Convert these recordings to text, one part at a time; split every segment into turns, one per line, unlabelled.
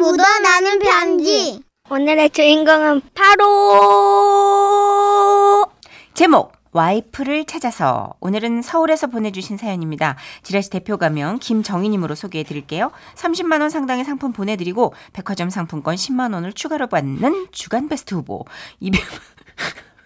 묻어나는 편지.
오늘의 주인공은 바로
제목 와이프를 찾아서 오늘은 서울에서 보내주신 사연입니다. 지라시 대표 가명 김정희님으로 소개해드릴게요. 30만 원 상당의 상품 보내드리고 백화점 상품권 10만 원을 추가로 받는 주간 베스트 후보 200.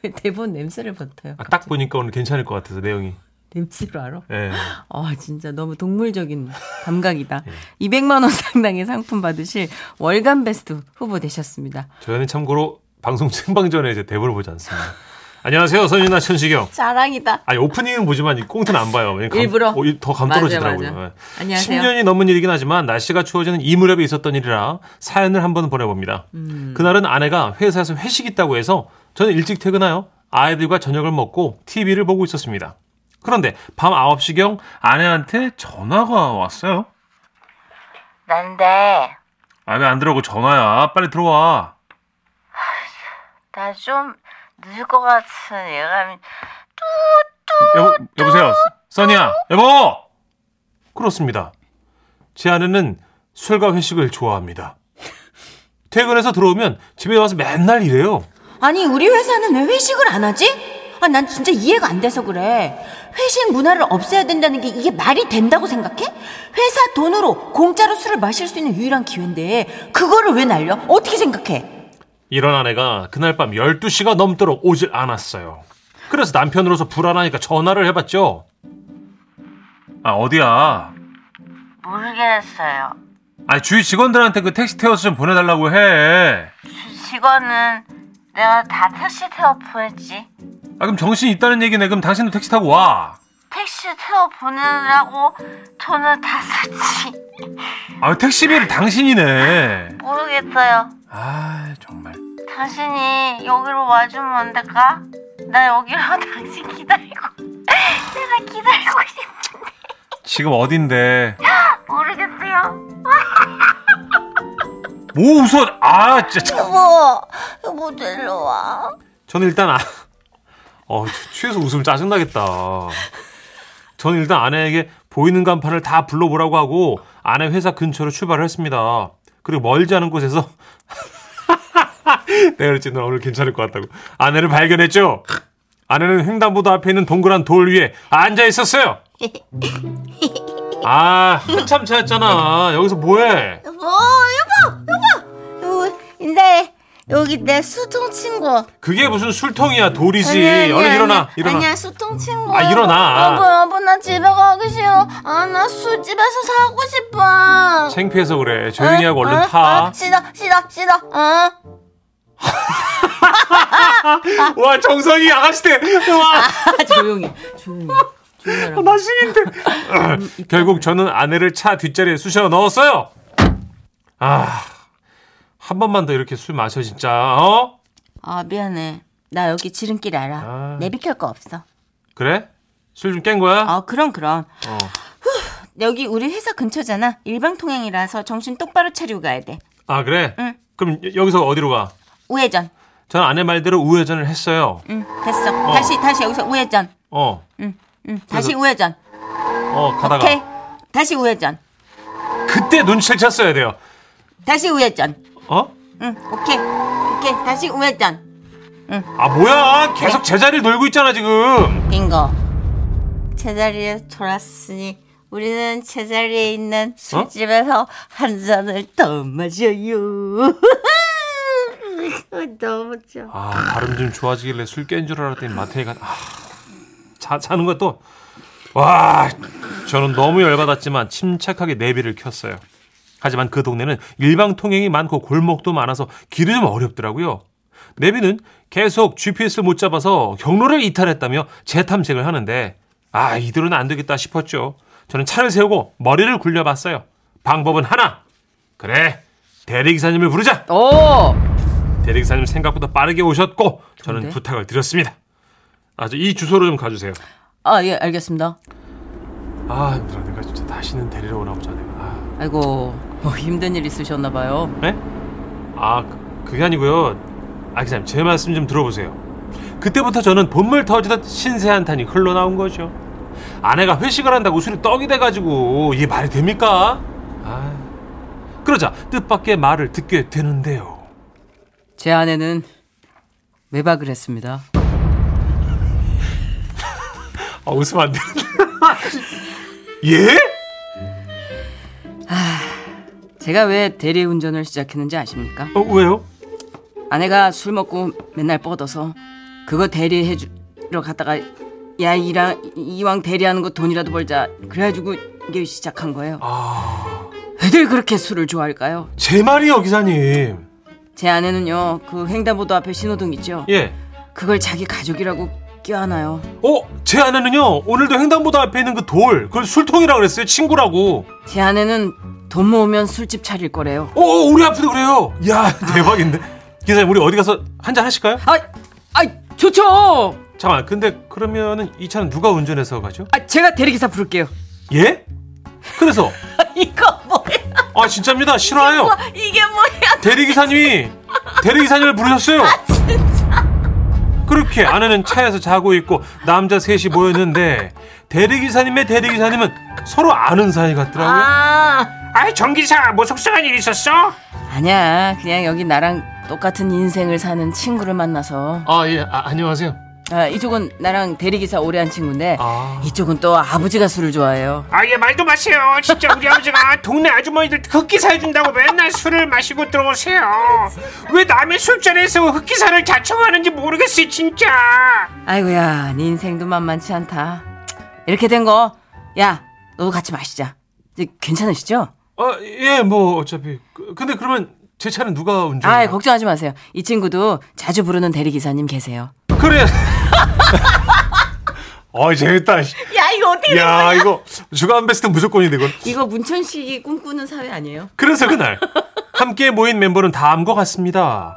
왜 대본 냄새를 맡아요.
아, 딱 보니까 오늘 괜찮을 것 같아서 내용이.
냄새로 알아?
예.
아 진짜 너무 동물적인 감각이다. 200만 원 상당의 상품 받으실 월간 베스트 후보 되셨습니다.
저희는 참고로 방송 생방전에 이제 대본을 보지 않습니다. 안녕하세요, 선진아 천시경.
자랑이다.
아니 오프닝은 보지만 이 꽁트는 안 봐요. 왜냐면 감-
일부러?
어, 이- 더감
맞아,
떨어지더라고요.
맞아.
예.
안녕하세요.
10년이 넘은 일이긴 하지만 날씨가 추워지는 이 무렵에 있었던 일이라 사연을 한번 보내봅니다.
음.
그날은 아내가 회사에서 회식 있다고 해서 저는 일찍 퇴근하여 아이들과 저녁을 먹고 TV를 보고 있었습니다. 그런데 밤 9시경 아내한테 전화가 왔어요.
난데
아, 왜 안 들어오고 전화야? 빨리 들어와.
나 좀 늦을 것 같은 예감이
여보, 여보세요. 써니야. 여보! 그렇습니다. 제 아내는 술과 회식을 좋아합니다. 퇴근해서 들어오면 집에 와서 맨날 이래요.
아니 우리 회사는 왜 회식을 안 하지? 아, 난 진짜 이해가 안 돼서 그래. 회식 문화를 없애야 된다는 게 이게 말이 된다고 생각해? 회사 돈으로 공짜로 술을 마실 수 있는 유일한 기회인데 그거를 왜 날려? 어떻게 생각해?
이런 아내가 그날 밤 12시가 넘도록 오질 않았어요. 그래서 남편으로서 불안하니까 전화를 해봤죠. 아, 어디야?
모르겠어요.
아, 주위 직원들한테 그 택시 태워서 좀 보내달라고 해.
주 직원은 내가 다 택시 태워 보냈지.
아, 그럼 정신 있다는 얘기네. 그럼 당신도 택시 타고 와.
택시 태워 보내느라고 돈을 다 썼지.
아, 택시비를 당신이네.
모르겠어요.
아 정말
당신이 여기로 와주면 안 될까? 나 여기로 당신 기다리고 내가 기다리고 싶어.
지금 어딘데
모르겠어요.
뭐 웃어 아 진짜 참.
여보, 여보 일로 와.
저는 일단 아, 어 취- 취해서 웃으면 짜증나겠다 저는 일단 아내에게 보이는 간판을 다 불러보라고 하고 아내 회사 근처로 출발을 했습니다 그리고 멀지 않은 곳에서 내가 그랬지 나 오늘 괜찮을 것 같다고 아내를 발견했죠 아내는 횡단보도 앞에 있는 동그란 돌 위에 앉아 있었어요 아 한참 차였잖아 여기서 뭐해
여보, 여보, 여보. 요, 인사해. 여기 내 수통 친구.
그게 무슨 술통이야 돌이지
아니야, 아니야,
예, 얼른 일어나
아니야.
일어나
아니야, 수통 친구.
아, 일어나.
여보, 여보, 나 집에 가기 싫어. 아, 나 술집에서 사고 싶어.
창피해서 그래 조용히 하고 얼른
아,
타
아, 싫어, 싫어, 싫어. 어.
와 정성이 아가씨 때와나
아, 조용히 조용히. 조용히 하라고.
음,
신인데 결국 저는 아내를 차 뒷자리에 쑤셔 넣었어요 아한 번만 더 이렇게 술 마셔 진짜 어
아 미안해. 나 여기 지름길 알아.
아.
내비킬 거 없어.
그래 술 좀 깬 거야
어.
아 그럼 그럼. 후, 여기 우리 회사 근처잖아. 일방 통행이라서 정신 똑바로 차리고 가야 돼.
아 그래 그럼 여- 여기서 어디로 가
우회전.
저는 아내 말대로 우회전을 했어요
응 됐어. 다시 다시 여기서 우회전.
어 어
응 다시
그래서-
우회전.
가다가
오케이. 다시 우회전.
그때 눈치를 챘어야 돼요
다시 우회전.
어
응, 오케이. 오케이. 다시 우회전.
아 뭐야 계속 제자리를 놀고 있잖아 지금
빙고.
제자리에 돌았으니 우리는 제자리에 있는
어?
술집에서 한 잔을 더 마셔요. 너무 좋아.
아 발음 좀 좋아지길래 술 깬 줄 알았더니 마트에 간 아, 자, 자는 거야 또 와, 저는 너무 열받았지만 침착하게 내비를 켰어요. 하지만 그 동네는 일방 통행이 많고 골목도 많아서 길이 좀 어렵더라고요. 내비는 계속 GPS를 못 잡아서 경로를 이탈했다며 재탐색을 하는데 아, 이대로는 안 되겠다 싶었죠. 저는 차를 세우고 머리를 굴려봤어요. 방법은 하나. 그래. 대리기사님을 부르자. 어!
오.
대리기사님 생각보다 빠르게 오셨고 저는
좋은데?
부탁을 드렸습니다. 아주 이 주소로 좀 가주세요.
아 예 알겠습니다.
아 힘들어 내가 진짜 다시는 데리러 오나 보자 내가. 아,
아이고
어,
뭐 힘든 일 있으셨나 봐요.
네? 아 그- 그게 아니고요. 아 기사님 제 말씀 좀 들어보세요. 그때부터 저는 본물 터지듯 신세한 탄이 흘러나온 거죠. 아내가 회식을 한다고 술이 떡이 돼가지고 이게 말이 됩니까? 아 그러자 뜻밖의 말을 듣게 되는데요.
제 아내는 외박을 했습니다.
아, 웃으면 안 되는데. 예?
제가 왜 대리운전을 시작했는지 아십니까?
어, 왜요?
아내가 술 먹고 맨날 뻗어서 그거 대리해주러 갔다가 야 이라, 이왕 대리하는 거 돈이라도 벌자 그래가지고 이게 시작한 거예요. 왜들 그렇게 술을 좋아할까요?
제 말이요, 기사님.
제 아내는요 그 횡단보도 앞에 신호등 있죠.
예.
그걸 자기 가족이라고 껴안아요.
어, 제 아내는요, 오늘도 횡단보도 앞에 있는 그 돌, 그걸 술통이라고 그랬어요, 친구라고.
제 아내는 돈 모으면 술집 차릴 거래요.
오, 어, 우리 앞에도 그래요. 야, 대박인데. 기사님, 우리 어디 가서 한잔 하실까요?
아, 아 좋죠.
잠깐만, 근데 그러면은 이 차는 누가 운전해서 가죠?
아 제가 대리기사 부를게요.
예? 그래서,
이거 뭐야?
아, 진짜입니다. 실화예요.
이게 뭐야?
대리기사님이 대리기사님을 부르셨어요. 그렇게 아내는 차에서 자고 있고 남자 셋이 모였는데 대리기사님의 대리기사님은 서로 아는 사이 같더라고요.
아,
아, 이 전기사 뭐 속상한 일 있었어?
아니야. 그냥 여기 나랑 똑같은 인생을 사는 친구를 만나서
아, 예, 아, 안녕하세요.
아, 이쪽은 나랑 대리기사 오래 한 친구인데
아.
이쪽은 또 아버지가 술을 좋아해요.
아 예 말도 마세요. 진짜 우리 아버지가 동네 아주머니들 흑기사 해준다고 맨날 술을 마시고 들어오세요. 왜 남의 술잔에서 흑기사를 자청하는지 모르겠어요 진짜.
아이고야, 네 인생도 만만치 않다. 이렇게 된 거, 야, 너도 같이 마시자. 이제 괜찮으시죠?
아, 예, 뭐 어차피 그- 근데 그러면 제 차는 누가 운전?
아, 걱정하지 마세요. 이 친구도 자주 부르는 대리기사님 계세요.
그래. 어, 재밌다.
야, 이거 어떻게?
야, 이거 주간 베스트 무조건인데 이건.
이거 문천식이 꿈꾸는 사회 아니에요?
그래서 그날 함께 모인 멤버는 다음과 같습니다.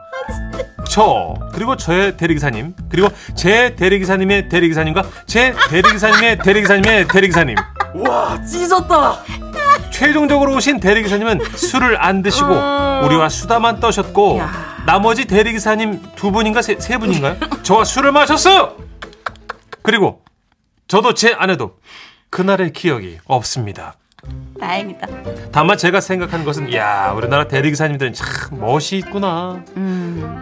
저 그리고 저의 대리기사님 그리고 제 대리기사님의 대리기사님과 제 대리기사님의 대리기사님의 대리기사님
찢었다.
최종적으로 오신 대리기사님은 술을 안 드시고 우리와 수다만 떠셨고 나머지 대리기사님 두 분인가 세, 세 분인가요? 저와 술을 마셨어요. 그리고 저도 제 아내도 그날의 기억이 없습니다.
다행이다.
다만 제가 생각한 것은 야 우리나라 대리기사님들은 참 멋이 있구나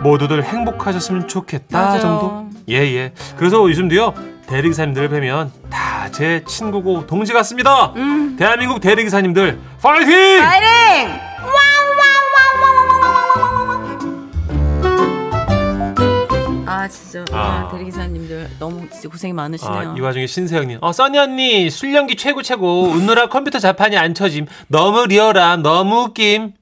모두들 행복하셨으면 좋겠다
맞아요.
정도 예예 그래서 요즘도요 대리기사님들을 뵈면 다 제 친구고 동지 같습니다 대한민국 대리기사님들 파이팅
아 진짜
아.
아, 대리기사님들 너무 진짜 고생이 많으시네요.
아, 이 와중에 신세영님 어 써니 언니 술연기 최고 최고 웃느라 컴퓨터 자판이 안 쳐짐 너무 리얼함 너무 웃김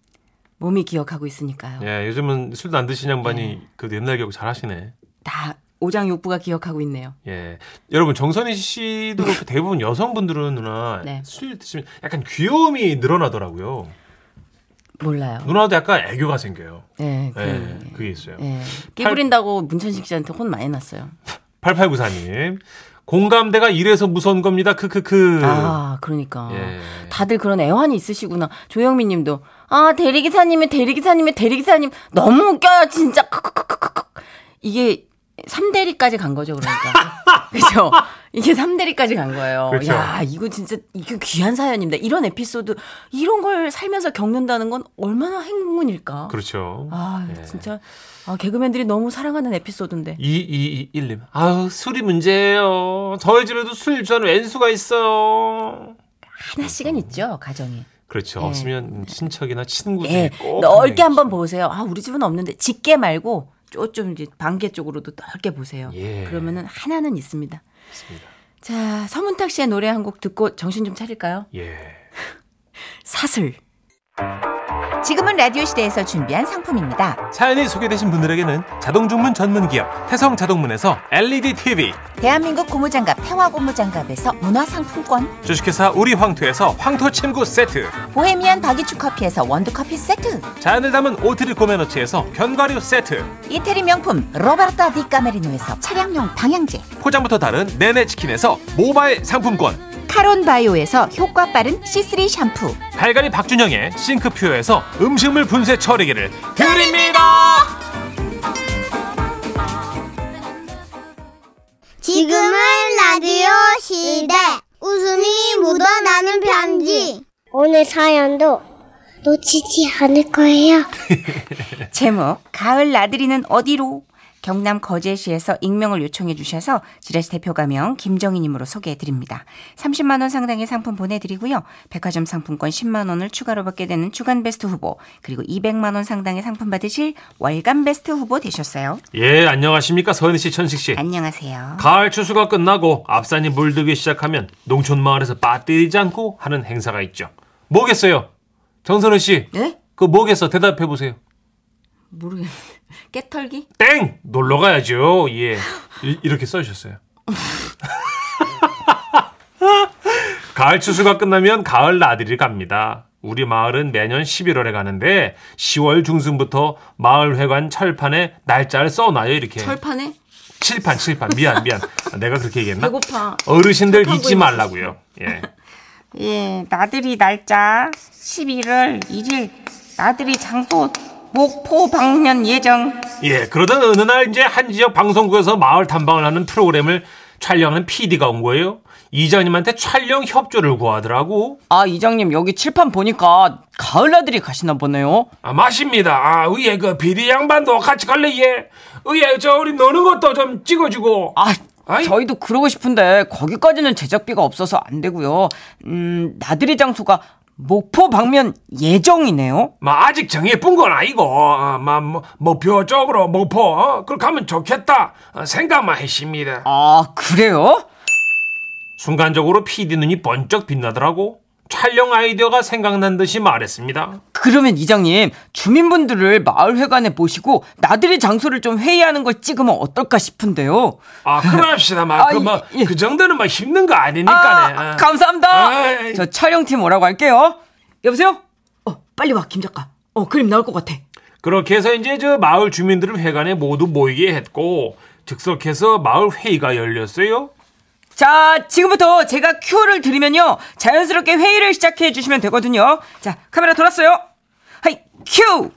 몸이 기억하고 있으니까요.
예 요즘은 술도 안 드시는 양반이 그 옛날 기억 잘 하시네
다 오장육부가 기억하고 있네요.
예. 여러분, 정선희 씨도 그렇고 대부분 여성분들은 누나
네.
술 드시면 약간 귀여움이 늘어나더라고요.
몰라요.
누나도 약간 애교가 생겨요.
예, 그,
예. 그게 있어요.
예. 끼부린다고 문천식 씨한테 혼 많이 났어요.
8894님. 공감대가 이래서 무서운 겁니다. 크크크.
아, 그러니까.
그 예.
다들 그런 애환이 있으시구나. 조영민 님도, 아, 대리기사님의 대리기사님의 대리기사님. 너무 웃겨요, 진짜. 크크크크크. 이게 3대리까지 간 거죠, 그러니까. 그죠? 이게 3대리까지 간 거예요.
그렇죠.
야, 이거 진짜, 이거 귀한 사연입니다. 이런 에피소드, 이런 걸 살면서 겪는다는 건 얼마나 행운일까.
그렇죠.
아, 진짜. 아, 개그맨들이 너무 사랑하는 에피소드인데.
2221님. 아우, 술이 문제예요. 저희 집에도 술 좋아하는 왼수가 있어요.
하나씩은 있죠, 가정에.
그렇죠.
예.
없으면 친척이나 친구 중에
예,
네, 꼭
넓게
있어요.
한번 보세요. 아, 우리 집은 없는데 집게 말고 쪼좀 이제 반개 쪽으로도 넓게 보세요.
예.
그러면은 하나는 있습니다.
있습니다.
자, 서문탁 씨의 노래 한 곡 듣고 정신 좀 차릴까요?
예.
사슬.
지금은 라디오 시대에서 준비한 상품입니다.
사연이 소개되신 분들에게는 자동 주문 전문 기업 태성 자동문에서 LED TV,
대한민국 고무장갑 평화 고무장갑에서 문화상품권
주식회사 우리 황토에서 황토 침구 세트,
보헤미안 바기추 커피에서 원두커피 세트
자연을 담은 오트리 고메너치에서 견과류 세트,
이태리 명품 로베르타 디 까메리노에서 차량용 방향제
포장부터 다른 내내 치킨에서 모바일 상품권,
카론 바이오에서 효과 빠른 C3 샴푸
갈갈이 박준영의 싱크퓨어에서 음식물 분쇄 처리기를
지금은 라디오 시대 웃음이 묻어나는 편지 오늘 사연도 놓치지 않을 거예요.
제목 가을 나들이는 어디로 경남 거제시에서 익명을 요청해 주셔서 지라시 대표 가명 김정희님으로 소개해 드립니다. 30만 원 상당의 상품 보내드리고요. 백화점 상품권 10만 원을 추가로 받게 되는 주간 베스트 후보 그리고 200만 원 상당의 상품 받으실 월간 베스트 후보 되셨어요.
예, 안녕하십니까 서현 씨, 천식 씨.
안녕하세요.
가을 추수가 끝나고 앞산이 물들기 시작하면 농촌 마을에서 빠뜨리지 않고 하는 행사가 있죠. 뭐겠어요? 정선우 씨.
예?
그 뭐겠어? 대답해 보세요.
모르겠는데. 깨털기?
땡! 놀러 가야죠. 예. 이- 이렇게 써주셨어요. 가을 추수가 끝나면 가을 나들이 갑니다. 우리 마을은 매년 11월에 가는데 10월 중순부터 마을회관 철판에 날짜를 써놔요 이렇게
철판에?
칠판 칠판 미안 미안 내가 그렇게 얘기했나
배고파.
어르신들
철판
잊지
보이면서
말라고요 예
예, 나들이 날짜 11월 1일 나들이 장소 목포 방면 예정
예, 그러던 어느 날 이제 한 지역 방송국에서 마을 탐방을 하는 프로그램을 촬영하는 PD가 온 거예요. 이장님한테 촬영 협조를 구하더라고.
아, 이장님, 여기 칠판 보니까 가을 나들이 가시나 보네요.
아, 맞습니다. 아, 의에 그 PD 양반도 같이 갈래, 예. 의에 저 우리 노는 것도 좀 찍어주고.
아,
아이.
저희도 그러고 싶은데 거기까지는 제작비가 없어서 안 되고요. 음, 나들이 장소가 목포 방면 예정이네요.
마, 아직 정해뿐 건 아니고, 어, 마, 뭐, 목표 쪽으로, 목포, 어, 그렇게 하면 좋겠다. 어, 생각만 했습니다.
아, 그래요?
순간적으로 PD 눈이 번쩍 빛나더라고. 촬영 아이디어가 생각난 듯이 말했습니다.
그러면 이장님, 주민분들을 마을회관에 모시고 나들이 장소를 좀 회의하는 걸 찍으면 어떨까 싶은데요.
아, 그럽시다. 막,
아,
그, 뭐,
예.
그 정도는 막 힘든 거 아니니까네.
아,
아.
감사합니다.
아이.
저 촬영팀 오라고 할게요. 여보세요? 어, 빨리 와, 김 작가. 어, 그림 나올 것 같아.
그렇게 해서 이제 저 마을 주민들을 회관에 모두 모이게 했고, 즉석해서 마을 회의가 열렸어요.
자, 지금부터 제가 큐를 드리면요. 자연스럽게 회의를 시작해 주시면 되거든요. 자, 카메라 돌았어요. 하이, 큐!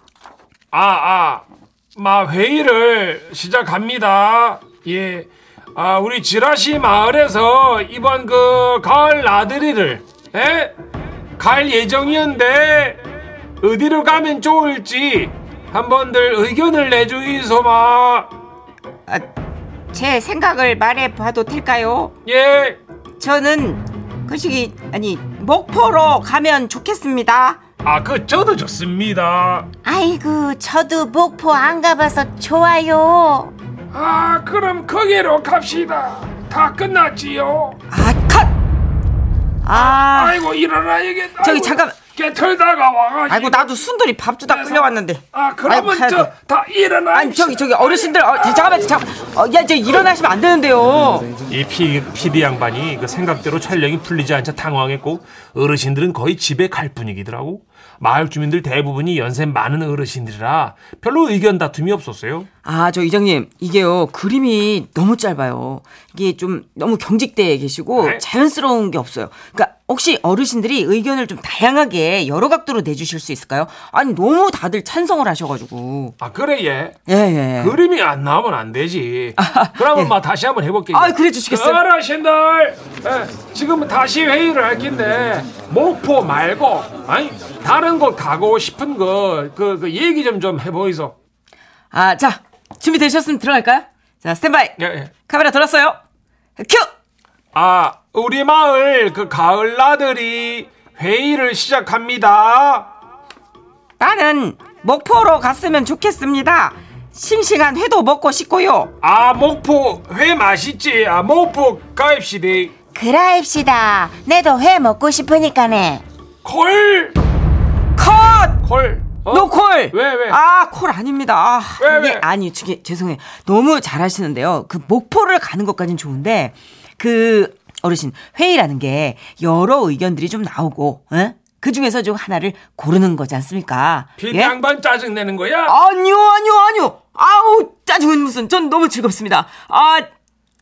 아, 아, 마, 회의를 시작합니다. 예. 아, 우리 지라시 마을에서 이번 그 가을 나들이를, 에? 갈 예정이었는데, 어디로 가면 좋을지, 한번들 의견을 내주이소마.
아,
제 생각을 말해봐도 될까요?
예.
저는
그
글씨기 아니 목포로 가면 좋겠습니다.
아, 그 저도 좋습니다.
아이고 저도 목포 안 가봐서 좋아요.
아, 그럼 거기로 갑시다. 다 끝났지요.
아, 컷! 아,
아이고 일어나야겠다.
저기
아이고,
잠깐-
개털다가 와가지고.
아이고, 나도 순돌이 밥 주다 끌려왔는데.
아,
아이고,
그러면
가야
저
돼.
다 일어나.
아니, 저기, 저기, 어르신들, 어, 자, 잠깐만, 잠깐만. 어, 야, 이제 일어나시면 안 되는데요.
이 피, PD 양반이 그 생각대로 촬영이 풀리지 않자 당황했고 어르신들은 거의 집에 갈 분위기더라고. 마을 주민들 대부분이 연세 많은 어르신들이라 별로 의견 다툼이 없었어요.
아, 저 이장님, 이게요, 그림이 너무 짧아요. 이게 좀 너무 경직대에 계시고
네.
자연스러운 게 없어요. 그러니까 혹시 어르신들이 의견을 좀 다양하게 여러 각도로 내주실 수 있을까요? 아니, 너무 다들 찬성을 하셔가지고.
아 그래 예.
예, 예.
그림이 안 나오면 안 되지. 그러면 막 다시 한번 해볼게요.
아, 그래 주시겠어요?
어르신들, 예, 지금 다시 회의를 할 텐데 목포 말고 아니 다른 곳 가고 싶은 거그 그, 그 얘기 좀 좀 해보이소.
아, 자, 준비되셨으면 들어갈까요? 자, 스탠바이.
예, 예.
카메라 돌았어요. 큐!
아 우리 마을 그 가을 나들이 회의를 시작합니다.
나는 목포로 갔으면 좋겠습니다. 싱싱한 회도 먹고 싶고요.
아 목포 회 맛있지. 아 목포 가입시대.
그라입시다. 내도 회 먹고 싶으니까네.
콜,
컷!
콜. 어?
노콜!
왜, 왜?
아, 콜 아닙니다. 아,
왜,
이게
왜?
아니, 저게, 죄송해요. 너무 잘하시는데요. 그 목포를 가는 것까진 좋은데, 그, 어르신, 회의라는 게 여러 의견들이 좀 나오고, 그 중에서 좀 하나를 고르는 거지 않습니까?
비디
예?
양반 짜증 내는 거야?
아니요, 아니요, 아니요. 아우, 짜증은 무슨. 전 너무 즐겁습니다. 아,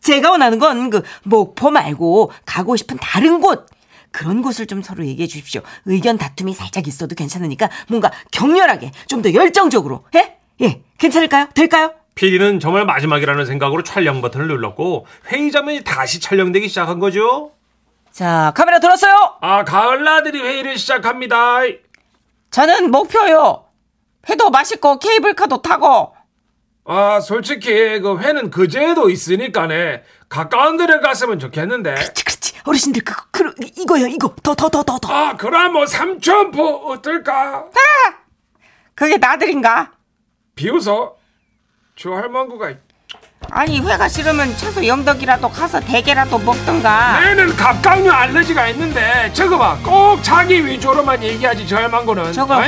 제가 원하는 건 그 목포 말고 가고 싶은 다른 곳. 그런 곳을 좀 서로 얘기해 주십시오. 의견 다툼이 살짝 있어도 괜찮으니까 뭔가 격렬하게, 좀 더 열정적으로. 예? 예. 괜찮을까요? 될까요?
PD는 정말 마지막이라는 생각으로 촬영 버튼을 눌렀고 회의 장면이 다시 촬영되기 시작한 거죠.
자, 카메라 돌았어요.
아 가을나들이 회의를 시작합니다.
저는 목표요. 회도 맛있고 케이블카도 타고.
아, 솔직히 그 회는 그제도 있으니까네. 가까운 데를 갔으면 좋겠는데.
그렇지 어르신들 그거 그, 이거요 이거 더 더 더 더더
아, 그럼 뭐 삼천포 어떨까?
그게 나들인가?
비웃어. 저 할망구가
아니 회가 싫으면 채소 영덕이라도 가서 대게라도 먹던가.
얘는 갑각류 알레르기가 있는데 저거 봐꼭 자기 위주로만 얘기하지 저 할망구는
저걸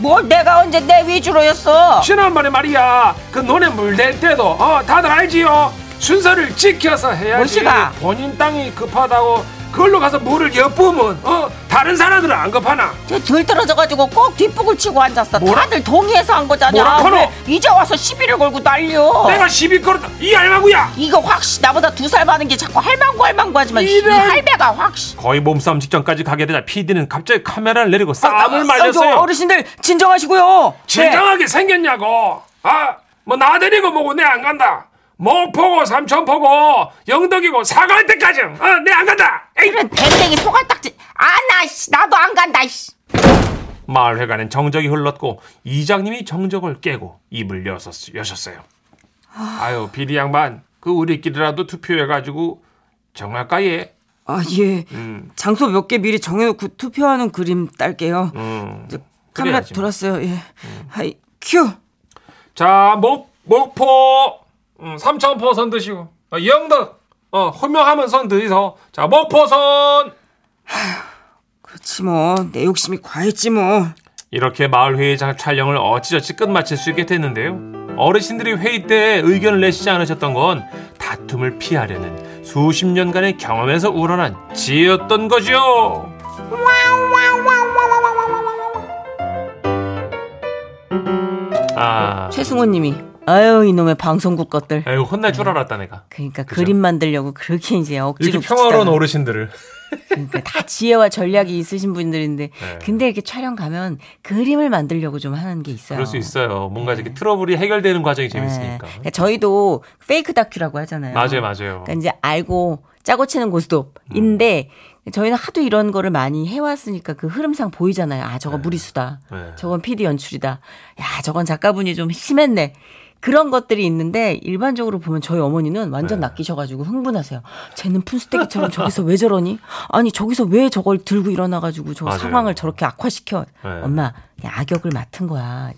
확뭘 내가 언제 내 위주로였어?
지난번에 말이야 그 논에 물 댈 때도 어 다들 알지요 순서를 지켜서 해야지
뭐시가?
본인 땅이 급하다고 그걸로 가서 물을 엿보면 어 다른 사람들은 안 급하나
저 들떨어져가지고 꼭 뒷북을 치고 앉았어.
뭐라-
다들 동의해서 한 거잖아.
뭐라 카노?
왜 이제 와서 시비를 걸고 난리여.
내가 시비 걸었다 이 알망구야
이거 확씨 나보다 두 살 많은 게 자꾸 할망구 할망구 하지만 이
이런-
할배가 확씨.
거의 몸싸움 직전까지 가게 되자 PD는 갑자기 카메라를 내리고
아,
싸움을 말렸어요.
아이고, 어르신들 진정하시고요.
진정하게 생겼냐고 아 뭐 나 데리고 뭐고 내 안 간다 목포고 삼천포고 영덕이고 사갈 때까지 어내 안 간다 에이.
이런 댕댕이 소갈딱지. 네. 아나 씨 나도 안 간다 씨.
마을회관엔 정적이 흘렀고 이장님이 정적을 깨고 입을 여셨, 여셨어요.
아유 비디 양반 그 우리끼리라도 투표해가지고 정할까 예
아, 예. 장소 몇 개 미리 정해놓고 투표하는 그림 딸게요.
음.
이제 카메라
그래야지. 음.
돌았어요, 예. 하이, 큐!
뭐. 자, 목, 목포, 음, 삼천포 선 드시고, 어, 영덕, 어, 호명하면 선 드셔. 자, 목포선!
그렇지 뭐, 내 욕심이 과했지 뭐.
이렇게 마을회의장 촬영을 어찌저찌 끝마칠 수 있게 됐는데요. 어르신들이 회의 때 의견을 내시지 않으셨던 건 다툼을 피하려는 수십 년간의 경험에서 우러난 지혜였던 거죠. 아,
최승호님이, 아유, 이놈의 방송국 것들.
에휴, 혼날 줄 알았다 내가.
그러니까
그죠?
그림 만들려고 그렇게 이제
이렇게
억지로
평화로운
붙이다가
어르신들을
그러니까 다 지혜와 전략이 있으신 분들인데
네.
근데 이렇게 촬영 가면 그림을 만들려고 좀 하는 게 있어요.
그럴 수 있어요. 뭔가 이렇게 트러블이 해결되는 과정이
네.
재밌으니까.
그러니까 저희도 페이크 다큐라고 하잖아요.
맞아요, 맞아요.
그러니까 이제 알고 짜고 치는 고스톱인데
음.
저희는 하도 이런 거를 많이 해왔으니까 그 흐름상 보이잖아요. 아 저거 무리수다.
네.
저건 PD 연출이다. 야 저건 작가분이 좀 심했네. 그런 것들이 있는데 일반적으로 보면 저희 어머니는 완전
네.
낚이셔가지고 흥분하세요. 쟤는 푼스테기처럼 저기서 왜 저러니? 아니 저기서 왜 저걸 들고 일어나가지고 저
맞아요.
상황을 저렇게 악화시켜?
네.
엄마 그냥 악역을 맡은 거야.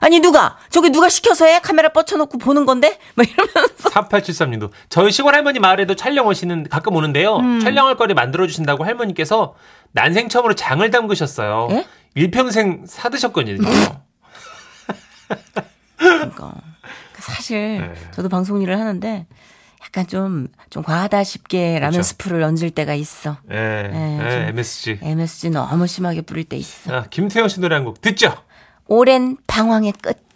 아니 누가 저기 누가 시켜서 해? 카메라 뻗쳐놓고 보는 건데? 막 이러면서
4873님도 저희 시골 할머니 마을에도 촬영 오시는 가끔 오는데요.
음.
촬영할 거리 만들어 주신다고 할머니께서 난생 처음으로 장을 담그셨어요.
예? 음.
일평생 사드셨거든요.
그러니까 사실 저도 방송 일을 하는데 약간 좀 좀 과하다 싶게 라면
그쵸.
스프를 얹을 때가 있어.
예,
예,
예,
좀-
MSG.
MSG 너무 심하게 뿌릴 때 있어.
아, 김태현 씨 노래 한 곡 듣죠?
오랜 방황의 끝.